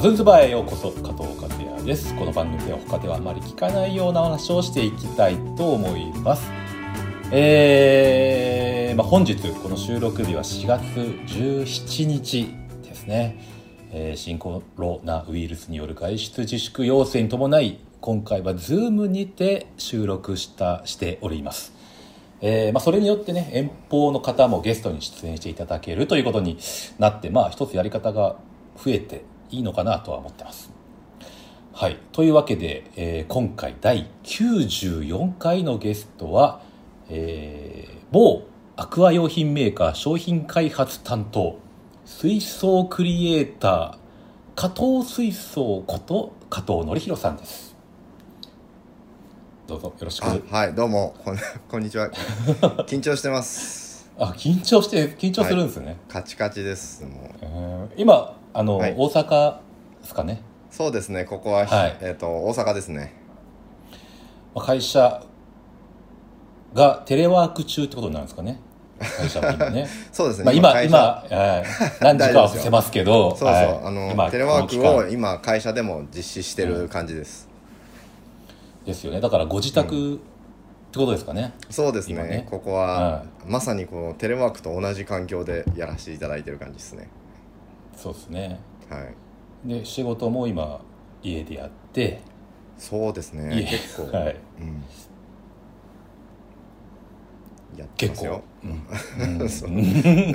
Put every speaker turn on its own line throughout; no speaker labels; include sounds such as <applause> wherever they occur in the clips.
ズンズバーへようこそ加藤和也ですこの番組では他ではあまり聞かないような話をしていきたいと思いますえーまあ、本日この収録日は4月17日ですね、えー新コロナウイルスによる外出自粛要請に伴い今回は Zoom にて収録したしておりますえーまあ、それによってね遠方の方もゲストに出演していただけるということになってまあ一つやり方が増えていいのかなとは思ってます。はい、というわけで、えー今回第94回のゲストは、えー某アクア用品メーカー商品開発担当水槽クリエイター加藤水槽こと加藤典弘さんです。どうぞよろしく
あはいどうもこん <laughs> こんにちは緊張してます
あ緊張して緊張するんですね、
カチカチですもう
えー今あの、
はい
大阪ですかね、
そうですねここは、
はい
えっ、と大阪ですね
まあ、会社がテレワーク中ってことになるんですかね会社は今ね
<laughs> そうですね、
まあ今
会社
今、はい何時かは伏せますけど
そうそう、
はい
あの
今
テレワー
こ
ク
の期
を
間
今会社でも実施してる感じです、
ですよねだからご自宅ってことですかね、
そうですね
今ね
ここは、まさにこのテレワークと同じ環境でやらせていただいてる感じですね
そうですね
はい
で仕事も今家でやって、
そうです
家
ね結構、
はい
うんやってますよ <laughs>
うん
そう
うん
何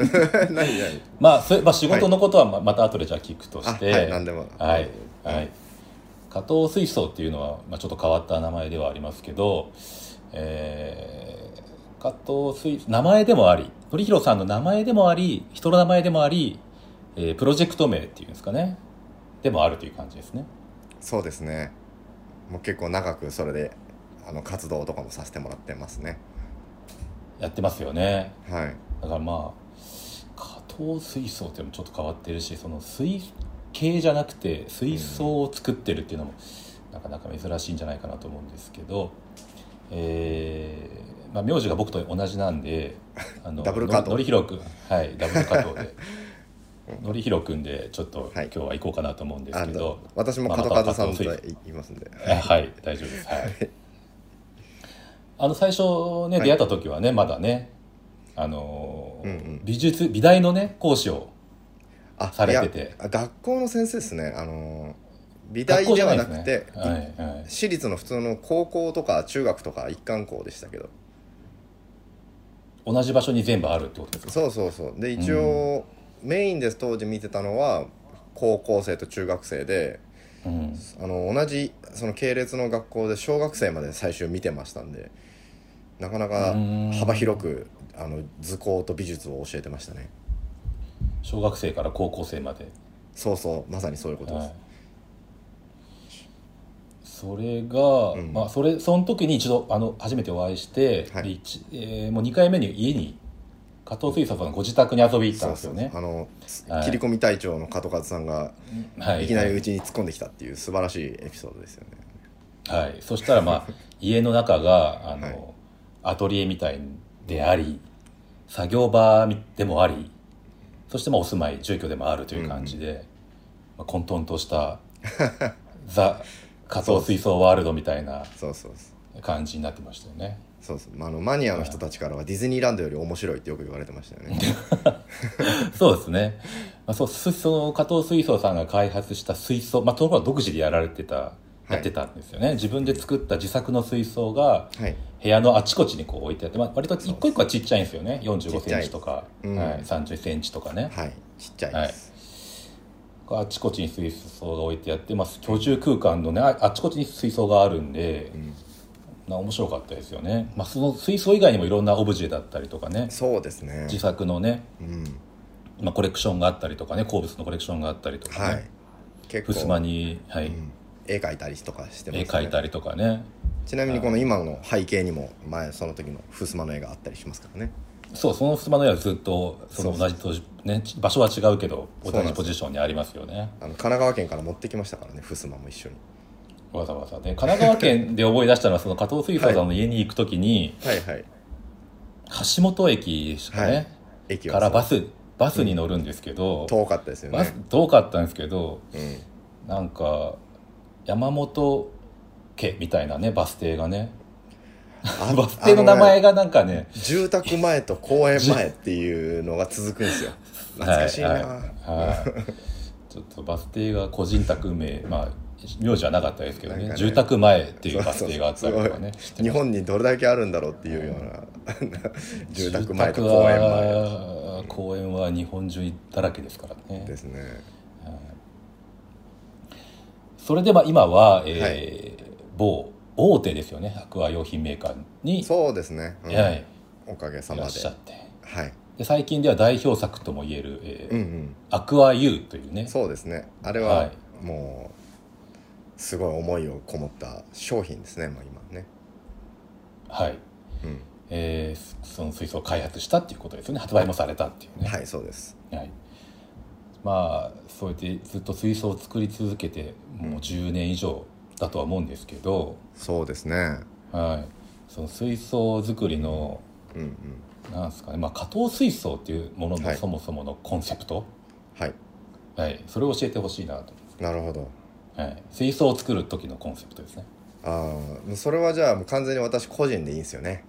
何
まあそうまあ仕事のことはままた後でじゃあ聞くとして、
あはい何でも
はい、はい、加藤水槽っていうのは、まあ、ちょっと変わった名前ではありますけど、えー加藤水名前でもあり典弘さんの名前でもあり人の名前でもあり、えープロジェクト名っていうんですかねでもあるという感じですね
そうですねもう結構長くそれであの活動とかもさせてもらってますね
やってますよね
はい
だからまあ加藤水槽っていうのもちょっと変わってるしその水系じゃなくて水槽を作ってるっていうのもなかなか珍しいんじゃないかなと思うんですけど、えーまあ、名字が僕と同じなんであの
ダブル加藤
のりひろくんはいダブル加藤
<laughs>
でのりひろくんでちょっと今
はい
日は行こうかなと思うんです
あ
け
の
ど、
私も
まあ
カト
また
カトさんと
加
言
藤
いますんで、
えはい大丈夫ですはい <laughs> あの最初ね
はい
出会った時はねまだねあのー
うんうん
美術美大のね講師を
あ
されてて
いやあ学校の先生ですねあの美大ではなくて
学校じゃないですねはいはい
私立の普通の高校とか中学とか一貫校でしたけど
同じ場所に全部あるってことですか
そうそうそうで一応、メインで当時見てたのは高校生と中学生で
うん
あの同じその系列の学校で小学生まで最終見てましたんでなかなか
うん
幅広くあの図工と美術を教えてましたね
小学生から高校生まで、
そうそうまさにそういうことで
は
す、
い、それが、
うん
まあそれその時に一度あの初めてお会いして、
はい
で一えーもう2回目に家に加藤水産さんのご自宅に遊びに行った
そ
ん
う
です
そ
よ
う
ね
あの、す
はい
切り込み隊長の門和さんが
はい
いきなりうちに突っ込んできたっていう素晴らしいエピソードですよね
はい、そしたら、ま
<laughs>
あ、家の中があの、
はい
アトリエみたいであり作業場でもありそして、まあ、お住まい住居でもあるという感じで、まあ、混沌とした <laughs> ザ仮想水槽ワールドみたいな
そうそうそう
感じになってましたよね。
そうそう、まあ、あのマニアの人たちからはディズニーランドより面白いってよく言われてましたよね
そうですね、まあ、そうすその加藤水槽さんが開発した水槽、まあ、ところが独自でやられてた
い
やってたんですよね、自分で作った自作の水槽が
はい
部屋のあちこちにこう置いてあって、まあ、割と一個一個はちっちゃいんですよね4
ち
5
っちゃ
セン
い
チとか、
うん
はい、3 0ンチとかね、
はいちっちゃいです、
あちこちに水槽が置いてあって、まあ、居住空間のねああちこちに水槽があるんで、
ん
な面白かったですよね、まあ、その水槽以外にもいろんなオブジェだったりとかね
そうですね
自作のね、
うん
まあ、コレクションがあったりとかね好物のコレクションがあったりとかね、
はい結
襖
構、
に、はい
うん絵描いたりとかしてます
絵
ね
描いたりとかね
ちなみにこの今の背景にも前その時の襖の絵があったりしますからね
そうその襖の絵はずっとその同じとね、場所は違うけど同
そうな
じ
んで
ポ
す
ジションにありますよね
あの神奈川県から持ってきましたからね襖も一緒に
わざわざね神奈川県で思い出したのはその加藤水槽さんの家に行くときに、
はいはい
橋本駅しかね、
駅
から
は
バスバスに乗るんですけど、
遠かったですよ
バス
ね
遠かったんですけど
うん
なんか山本家みたいなねバス停がね
あ
バス停の名前がなんかね
住宅前と公園前っていうのが続くんですよ懐かしいな、
はいはいはいちょっとバス停が個人宅名まあ名字はなかったですけどね
なんかね
住宅前ってい
そうう
バ
そ
ス
う
停があったりとかね
すごい日本にどれだけあるんだろうっていうような住宅前
住
と公
宅
園前
は公園は日本中だらけですからね
ですね
それでまあ今は、えー
は
某大手ですよねアクア用品メーカーに、
そうですね、うん
はい、
おかげさ
い
ま
ら
で
っしゃって
はい
で最近では代表作ともいえる、えー
うん
アクア U という
うん
ね
そうですねあれ
は
はいもうすごい思いをこもった商品ですねもう今ね
はい
うん
えーその水槽を開発したっていうことですよね発売もされたっていうね、
はいそうです
はいまあそうやってずっと水槽を作り続けてもう10年以上だとは思うんですけど、
そうですね
はい、その水槽作りの
うんうん
なんですかね、まあ、加藤水槽っていうものの
はい
そもそものコンセプト、
はい
はいそれを教えてほしいなと、
なるほど
はい、水槽を作る時のコンセプトですね
ああそれはじゃあもう完全に私個人でいいんですよね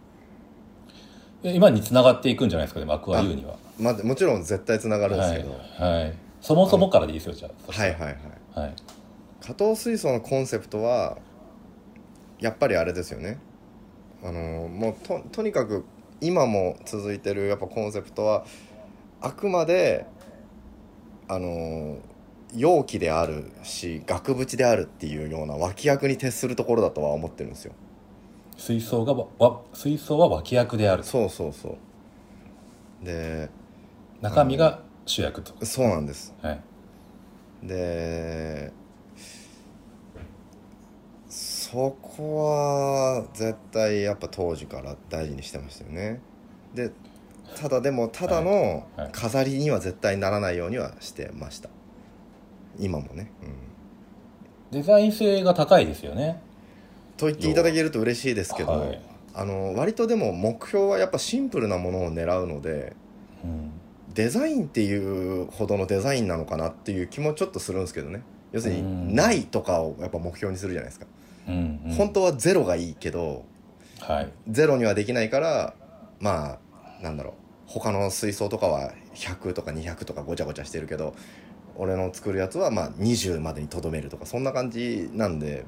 え今に繋がっていくんじゃないですかねアクア U には
まあ、もちろん絶対つながるんですけど、
はいはい、そもそもからでいいですよじゃあ
はいはいはい
はい、はい、
加藤水槽のコンセプトはやっぱりあれですよねあのもうととにかく今も続いてるやっぱコンセプトはあくまであの容器であるし額縁であるっていうような脇役に徹するところだとは思ってるんですよ
水槽がわわ水槽は脇役である
そうそうそうで
中身が主役と、
そうなんです
はい、
でそこは絶対やっぱ当時から大事にしてましたよねでただでもただの
はいはい
飾りには絶対ならないようにはしてました今もね、うん、
デザイン性が高いですよね
と言っていただけると嬉しいですけど、
はい
あの割とでも目標はやっぱシンプルなものを狙うので
うん、
デザインっていうほどのデザインなのかなっていう気もちょっとするんですけどね要する
うん
にないとかをやっぱ目標にするじゃないですか
うんうん、
本当はゼロがいいけど
はい
ゼロにはできないからまあなんだろう他の水槽とかは100とか200とかごちゃごちゃしてるけど俺の作るやつはまあ20までにとどめるとかそんな感じなんで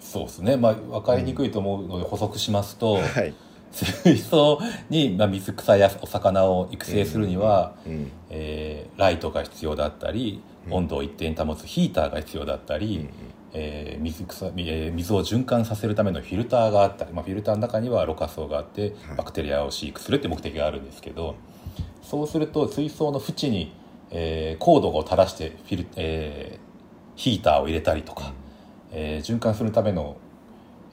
そうですねまあ分かりにくいと思うので補足しますと、
はい、
水槽に、まあ、水草やお魚を育成するには、
うん
えーライトが必要だったり
うん
温度を一定に保つヒーターが必要だったり、
うん
えー水草みえー水を循環させるためのフィルターがあったり、まあ、フィルターの中にはろ過層があって
はい
バクテリアを飼育するって目的があるんですけど、そうすると水槽の縁に、えーコードを垂らしてフィル、えーヒーターを入れたりとか、えー循環するための、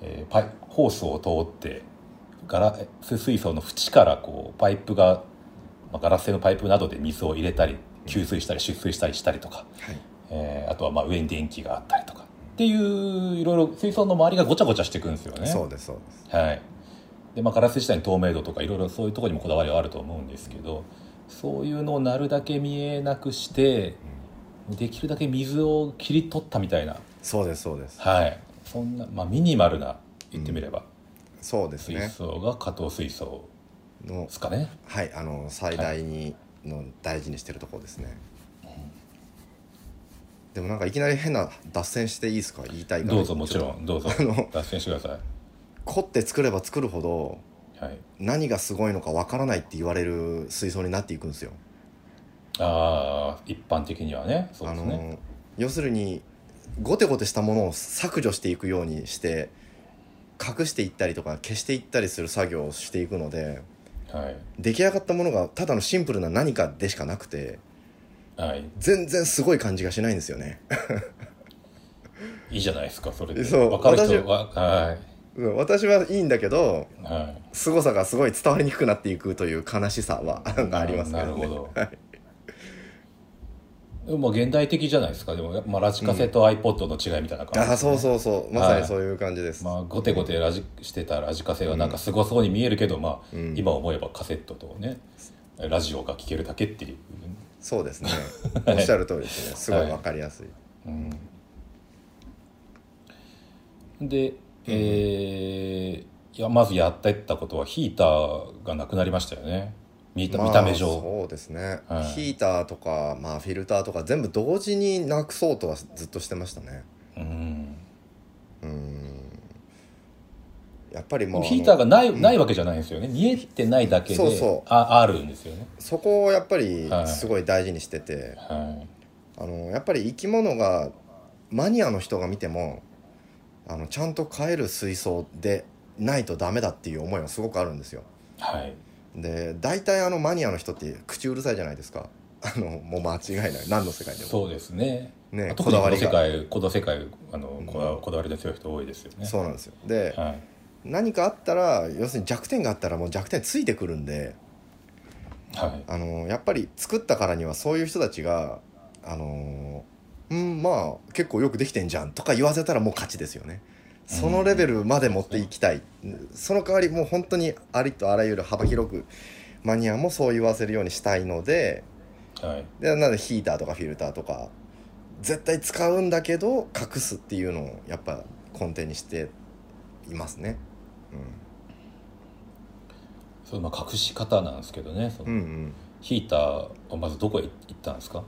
えーパイホースを通ってガラ水水槽の縁からこうパイプが、まあ、ガラス製のパイプなどで水を入れたり給水したり出水したりしたりとか。
はい
えーあとはまあ上に電気があったりとかっていういろいろ水槽の周りがごちゃごちゃしていくんですよね。
そうですそうです
はいでまあ、ガラス自体の透明度とかいろいろそういうところにもこだわりはあると思うんですけどそういうのをなるだけ見えなくしてできるだけ水を切り取ったみたいな、
そうですそうです
はい、そんな、まあ、ミニマルな言ってみれば、
そうです
水
ね
槽が加藤水槽
の
ですかね。
はいあの最大にの大事にしてるところですね、でもなんかいきなり変な脱線していいですか言いたいから
どうぞもちろんどうぞ
<laughs> あの
脱線してくださ
凝って作れば作るほど
い。はい、
何がすごいのかわからないって言われる水槽になっていくんですよ。
ああ一般的にはねそう
あ
です
の
ね。
要するにゴテゴテしたものを削除していくようにして隠していったりとか消していったりする作業をしていくので
はい
出来上がったものがただのシンプルな何かでしかなくて
はい、
全然すごい感じがしないんですよね。 <laughs>
いいじゃないですかそれで
そう
分かる
私
人はは
うん私はいいんだけど
いは
凄さがすごい伝わりにくくなっていくという悲しさは
い
ありますけ
な
どね。
るほど、でもまあ現代的じゃないですかでも、まあ、ラジカセと iPod の違いみたいな感じ、
あそうそうそうまさにそういう感じです。
まあゴテゴテラジしてたラジカセはなんかすごそうに見えるけど、まあ
うん
今思えばカセットとねラジオが聴けるだけっていう <laughs>
そうですね。おっしゃる通りですね。すごいわかりやすい。
で、えーいやまずやってったことはヒーターがなくなりましたよね見た,、
まあ
見た目上
そうですね、
はい
ヒーターとか、まあ、フィルターとか全部同時になくそうとはずっとしてましたね
うん
うんやっぱり
で
もう
もヒーター
あの
がない,、ないわけじゃないんですよね見えてないだけで
そうそう
ああるんですよね、
そこをやっぱり
はい
すごい大事にしてて、
はい
あのやっぱり生き物がマニアの人が見てもあのちゃんと飼える水槽でないとダメだっていう思いはすごくあるんですよ
はい
で大体あのマニアの人って口うるさいじゃないですかあのもう間違いない何の世界でも
そうですね
ね
特にこの世
が
界この世界あの、
うん
こだこだわりの強い人多いですよね
そうなんですよで、
はい、
何かあったら要するに弱点があったらもう弱点ついてくるんで
はい、
あのやっぱり作ったからにはそういう人たちがあのうんまあ結構よくできてんじゃんとか言わせたらもう勝ちですよねそのレベルまで持っていきたい、その代わりもう本当にありとあらゆる幅広くマニアもそう言わせるようにしたいので
はい、
でなのでヒーターとかフィルターとか絶対使うんだけど隠すっていうのをやっぱ根底にしていますね、
そのまあ隠し方なんですけどねその
うん、うんうん
ヒーターはまずどこへ行ったんですか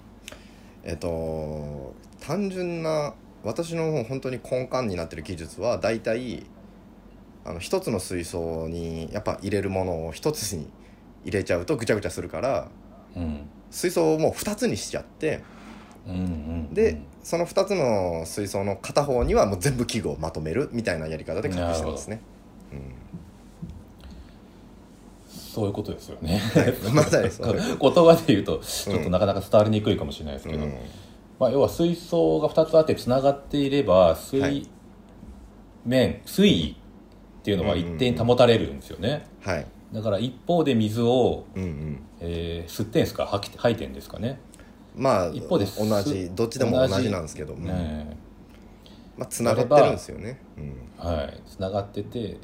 えっと単純な私の本当に根幹になってる技術は大体あの一つの水槽にやっぱ入れるものを一つに入れちゃうとぐちゃぐちゃするから
うん
水槽をもう2つにしちゃって
うんうん
で、その2つの水槽の片方にはもう全部器具をまとめるみたいなやり方で隠してますね。
そういうことですよね。
うん、まさにそう
<laughs> 言葉で言うとちょっとなかなか伝わりにくいかもしれないですけど、
うん
まあ、要は水槽が2つあってつながっていれば水
はい
面、水位っていうのは一定に保たれるんですよね、
はい、
だから一方で水を、
うんうん、
えー吸ってんすか吐き吐いてんですかね,、
まあ
一方です
同じどっちでも
同
同
じ
じなんですけど、うん
ね
まあ、つながってるんですよね。うん
えはいつながってて、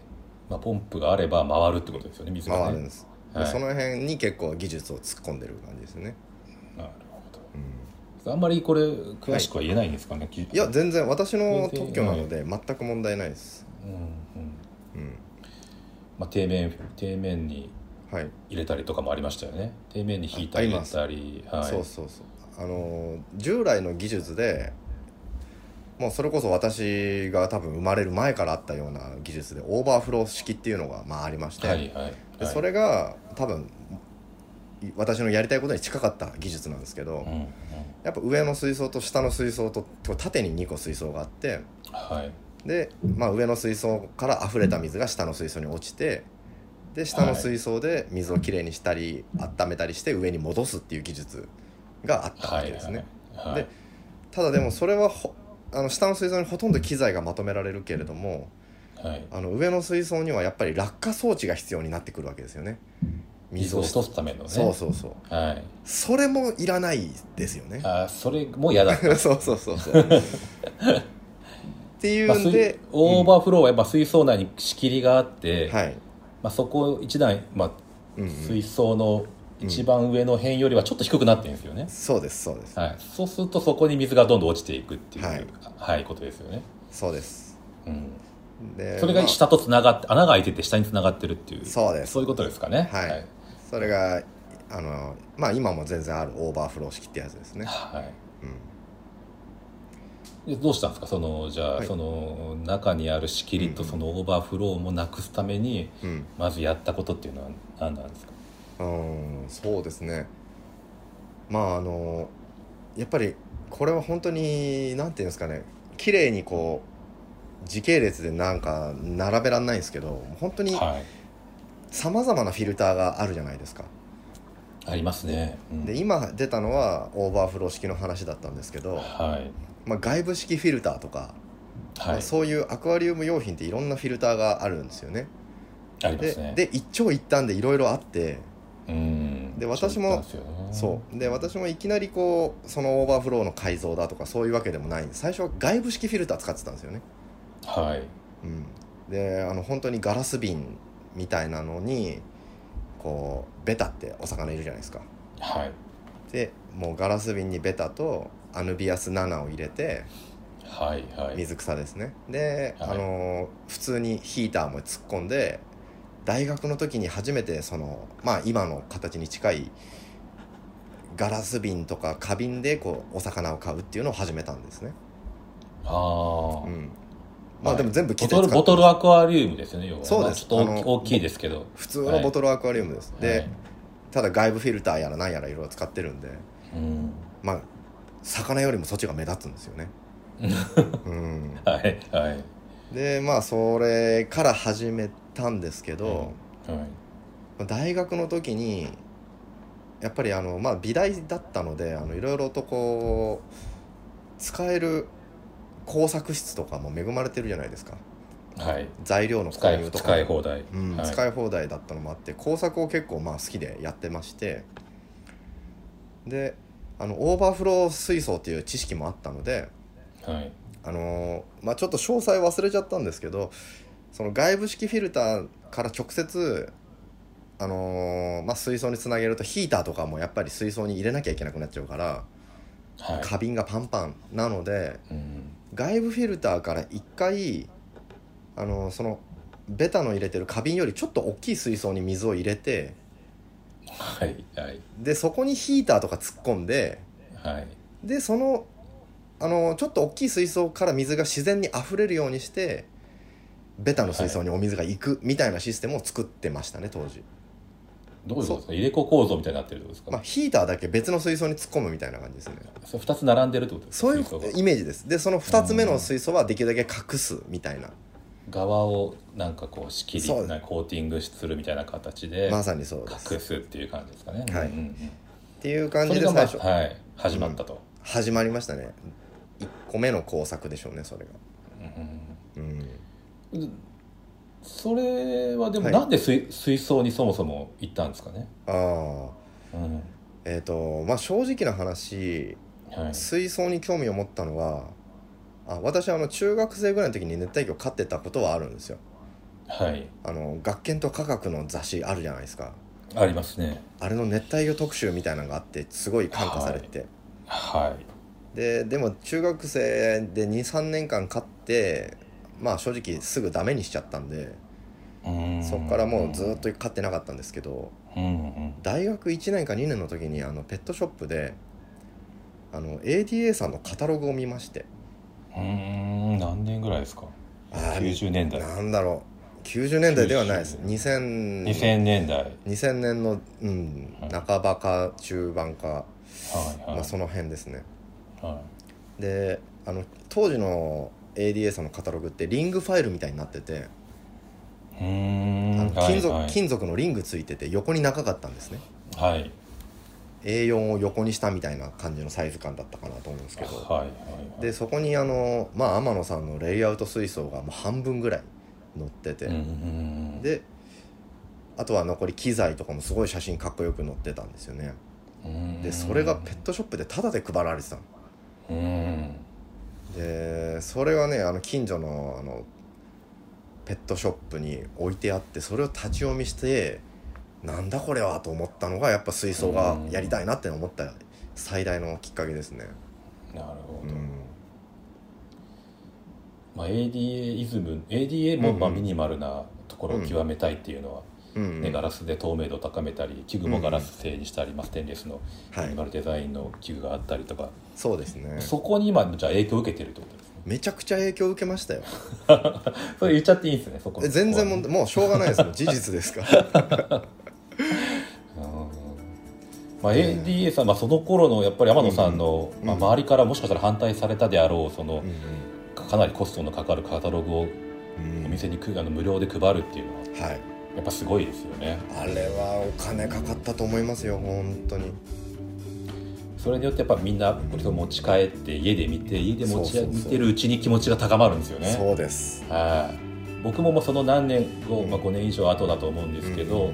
まあ、ポンプがあれば回るってことですよね水が
回るん
ね
です、
はい
その辺に結構技術を突っ込んでる感じですね、
なるほ
うん
どあんまりこれ詳しくは言えないんですかね、き
いや全然私の
全然
特許なので全く問題ないです、
うんうん
うん、
まあ、底面底面に
はい、
入れたりとかもありましたよね底面に引い
あ
た
あり
り入
ま
れ
す
たりはい
そうそうそうあのー従来の技術でもうそれこそ私が多分生まれる前からあったような技術でオーバーフロー式っていうのがまあありまして、
はいはい
で
はい
それが多分私のやりたいことに近かった技術なんですけど、
うんうん
やっぱ上の水槽と下の水槽とこう縦に2個水槽があって
はい
で、まあ、上の水槽から溢れた水が下の水槽に落ちてで下の水槽で水をきれいにしたり、温めたりして上に戻すっていう技術があったわ
は
け
い
ですね、
はい
でただでもそれはほあの下の水槽にほとんど機材がまとめられるけれども
はい
あの上の水槽にはやっぱり落下装置が必要になってくるわけですよね
水を落とすためのね
そうそうそう
はい
それもいらないですよね
あーそれも嫌だ
<laughs> そうそう
<laughs>
そうそうってい
まあ
うん
水
で、
オーバーフローはやっぱ水槽内に仕切りがあっ
う
て
ん、はい、
まあ、そこを一段、まあ、
うんうん
水槽の一番上の辺よりはちょっと低くなってるんですよね、
そうですそうです
はい、そうするとそこに水がどんどん落ちていくっていう、は
はいい
ことですよね、
そうです
うん、
で
それが
ま
下とつながって穴が開いてて下につながってるっていう
そうです
そういうことですかね
はいあそれがあのまあ今も全然あるオーバーフロー式ってやつですね、
はい
うん、
でどうしたんですかそのじゃあ、
はい
その中にある仕切りと
うんうん
そのオーバーフローもなくすために
うん
まずやったことっていうのは何なんですか
うーんそうですねまああのやっぱりこれは本当になんていうんですかね綺麗にこう時系列でなんか並べらんないんですけど本当に
はい
さまざまなフィルターがあるじゃないですか
ありますね、うん
で今出たのはオーバーフロー式の話だったんですけど、
はい
まあ、外部式フィルターとか、ま
は
あ
い
そういうアクアリウム用品っていろんなフィルターがあるんですよね
ありま
です
ね
で一長一短でいろいろあって
うん
で私
そう言
も
ったんですよね
そうで私もいきなりこうそのオーバーフローの改造だとかそういうわけでもないんで最初は外部式フィルター使ってたんですよね、
はい
うん、であの本当にガラス瓶みたいなのにこうベタってお魚いるじゃないですか
はい
でもうガラス瓶にベタとアヌビアス7を入れて
はいはい
水草ですねで、
はい
あのー普通にヒーターも突っ込んで大学の時に初めてそのまあ今の形に近いガラス瓶とか花瓶でこうお魚を買うっていうのを始めたんですね、
ああ、
うん、
は
まあ
い
でも全部
ボ
木で
ト
使
ル
っ
ボトルアクアリウムですよね要は
そうです
まあちょっ
あ
と
の
大き大きいですけど
普通のボトルアクアリウムです、で、
はい
ただ外部フィルターやら何やらいろいろ使ってるんで
うん
まあ魚よりもそっちが目立つんですよね
<laughs>
うん
はいはい
でまあそれから始めたんですけど、
はい
まあ大学の時にやっぱりあの、まあ、美大だったのであのいろいろとこう使える工作室とかも恵まれてるじゃないですか
はい
材料の
使
購
い
入とか
使い放題、
うん
はい、
使い放題だったのもあって工作を結構まあ好きでやってましてであのオーバーフロー水槽っていう知識もあったので
はい
あのーまあ、ちょっと詳細忘れちゃったんですけどその外部式フィルターから直接、あのーまあ、水槽につなげるとヒーターとかもやっぱり水槽に入れなきゃいけなくなっちゃうから
はい
花瓶がパンパンなので
うん
外部フィルターから1回、あのーそのベタの入れてる花瓶よりちょっと大きい水槽に水を入れて
はいはい
でそこにヒーターとか突っ込んで
はい
でそのあのちょっと大きい水槽から水が自然に溢れるようにしてベタの水槽にお水が行くみたいなシステムを作ってましたね当時、
どういうことですか入れ子構造みたいになってるってことですか、
まあ、ヒーターだけ別の水槽に突っ込むみたいな感じですね
そう2つ並んでるってことです
そう
か
い
水槽
うイメージですでその2つ目の水槽はできるだけ隠すみたいな
が側をなんかこう仕切り
そう
なコーティングするみたいな形で
まさにそうです
隠すっていう感じですかね、
はい
うんうんうん
っていう感
そ
じ
れ
で
が、ま
最
あ
初
はい、始まったと、
始まりましたね1個目の工作でしょうねそれがうん
うんそれはでも
はい
なんで水,、水槽にそもそも行ったんですかね、
ああ
うん
えっ、とまあ正直な話
はい、
水槽に興味を持ったのはあ私はあの中学生ぐらいの時に熱帯魚飼ってたことはあるんですよ
はい、
あの学研と科学の雑誌あるじゃないですか
ありますね
あれの熱帯魚特集みたいなのがあってすごい感化されて、
はい
ででも中学生で23年間飼ってまあ正直すぐダメにしちゃったんで
うん
そこからもうずっと飼ってなかったんですけど
うんうん
大学1年か2年の時にあのペットショップであの ADA さんのカタログを見まして
うん何年ぐらいですか
あー
90年代
なんだろう90年代ではないです
90
2000
2000年代はい
2000年の、うん
はい、
半ばか中盤か、
はい、
まあ、その辺ですね
は
であの当時の ADA さんのカタログってリングファイルみたいになってて、
い、うん
あの金属
はいはい
金属のリングついてて横に長かったんですね
はい
A4 を横にしたみたいな感じのサイズ感だったかなと思うんですけど
はいはいはい
でそこにあの、まあ、天野さんのレイアウト水槽がもう半分ぐらい載ってて、
うんうんうん
であとは残り機材とかもすごい写真かっこよく載ってたんですよね
うん
でそれがペットショップでタダで配られてたの
うん
でそれがねあの近所のあのペットショップに置いてあってそれを立ち読みしてなんだこれはと思ったのがやっぱ水槽がやりたいなって思った最大のきっかけですね
なるほ
う
ど、
ん
まあ、ADA イズム ADA もまあ
うんうん
ミニマルなところを極めたいっていうのは、
うん、
ねガラスで透明度を高めたり器具もガラス製にしたり、まあ、ステンレスのミ
は
ニ
い
マルデザインの器具があったりとか、
そうですね
そこに今じゃあ影響を受けてるってことですね
めちゃくちゃ影響を受けましたよ
それ言っちゃっていいんですねそこ
え全然問題もうしょうがないですもん事実ですから
うんまあ、ADA さん、まあ、その頃のやっぱり天野さんの、
うん
まあ、周りからもしかしたら反対されたであろうその
<laughs> うん、
かなりコストのかかるカタログを
うん
お店にくあの無料で配るっていうのは
はい
やっぱすごいですよね
あれはお金かかったと思いますよ本当に
それによってやっぱみんなこれを持ち帰って家で見て家で持ち
そうそうそう
見てるうちに気持ちが高まるんですよね
そうです
はい僕ももうその何年後、まあ、5年以上後だと思うんですけど、
うん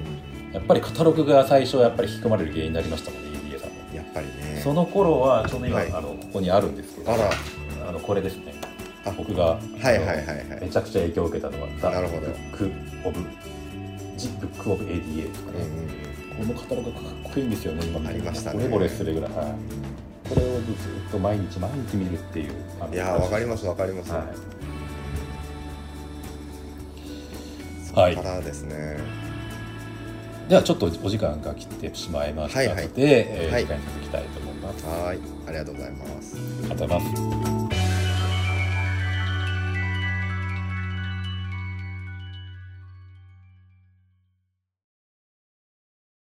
やっぱりカタログが最初やっぱり引き込まれる原因になりましたもんね EDA さんも
やっぱりね
その頃はちょうど今、
はい
あのここにあるんですけど
あら
あのこれですね
あ
僕が
はいはいはい
あ
は
のめ
い
ちゃくちゃ影響を受けたのは「ザ・
なるほど
ブック・オブ・ジップ・ク・オブ・ ADA」ですか
う
ね、
んう
こ
ん
のカタログかっこいいんですよね今
ありましたね
ボレボレするぐらい、はいこれをずっと毎日毎日見るっていうあの
いやーわかりますわかります、
はい、
か
はい、
らですね
ではちょっとお時間が来てしまいましたので、
はいはい
えー
はい
時間に続きたいと思います、
はーいありがとうございます
ありがとうございます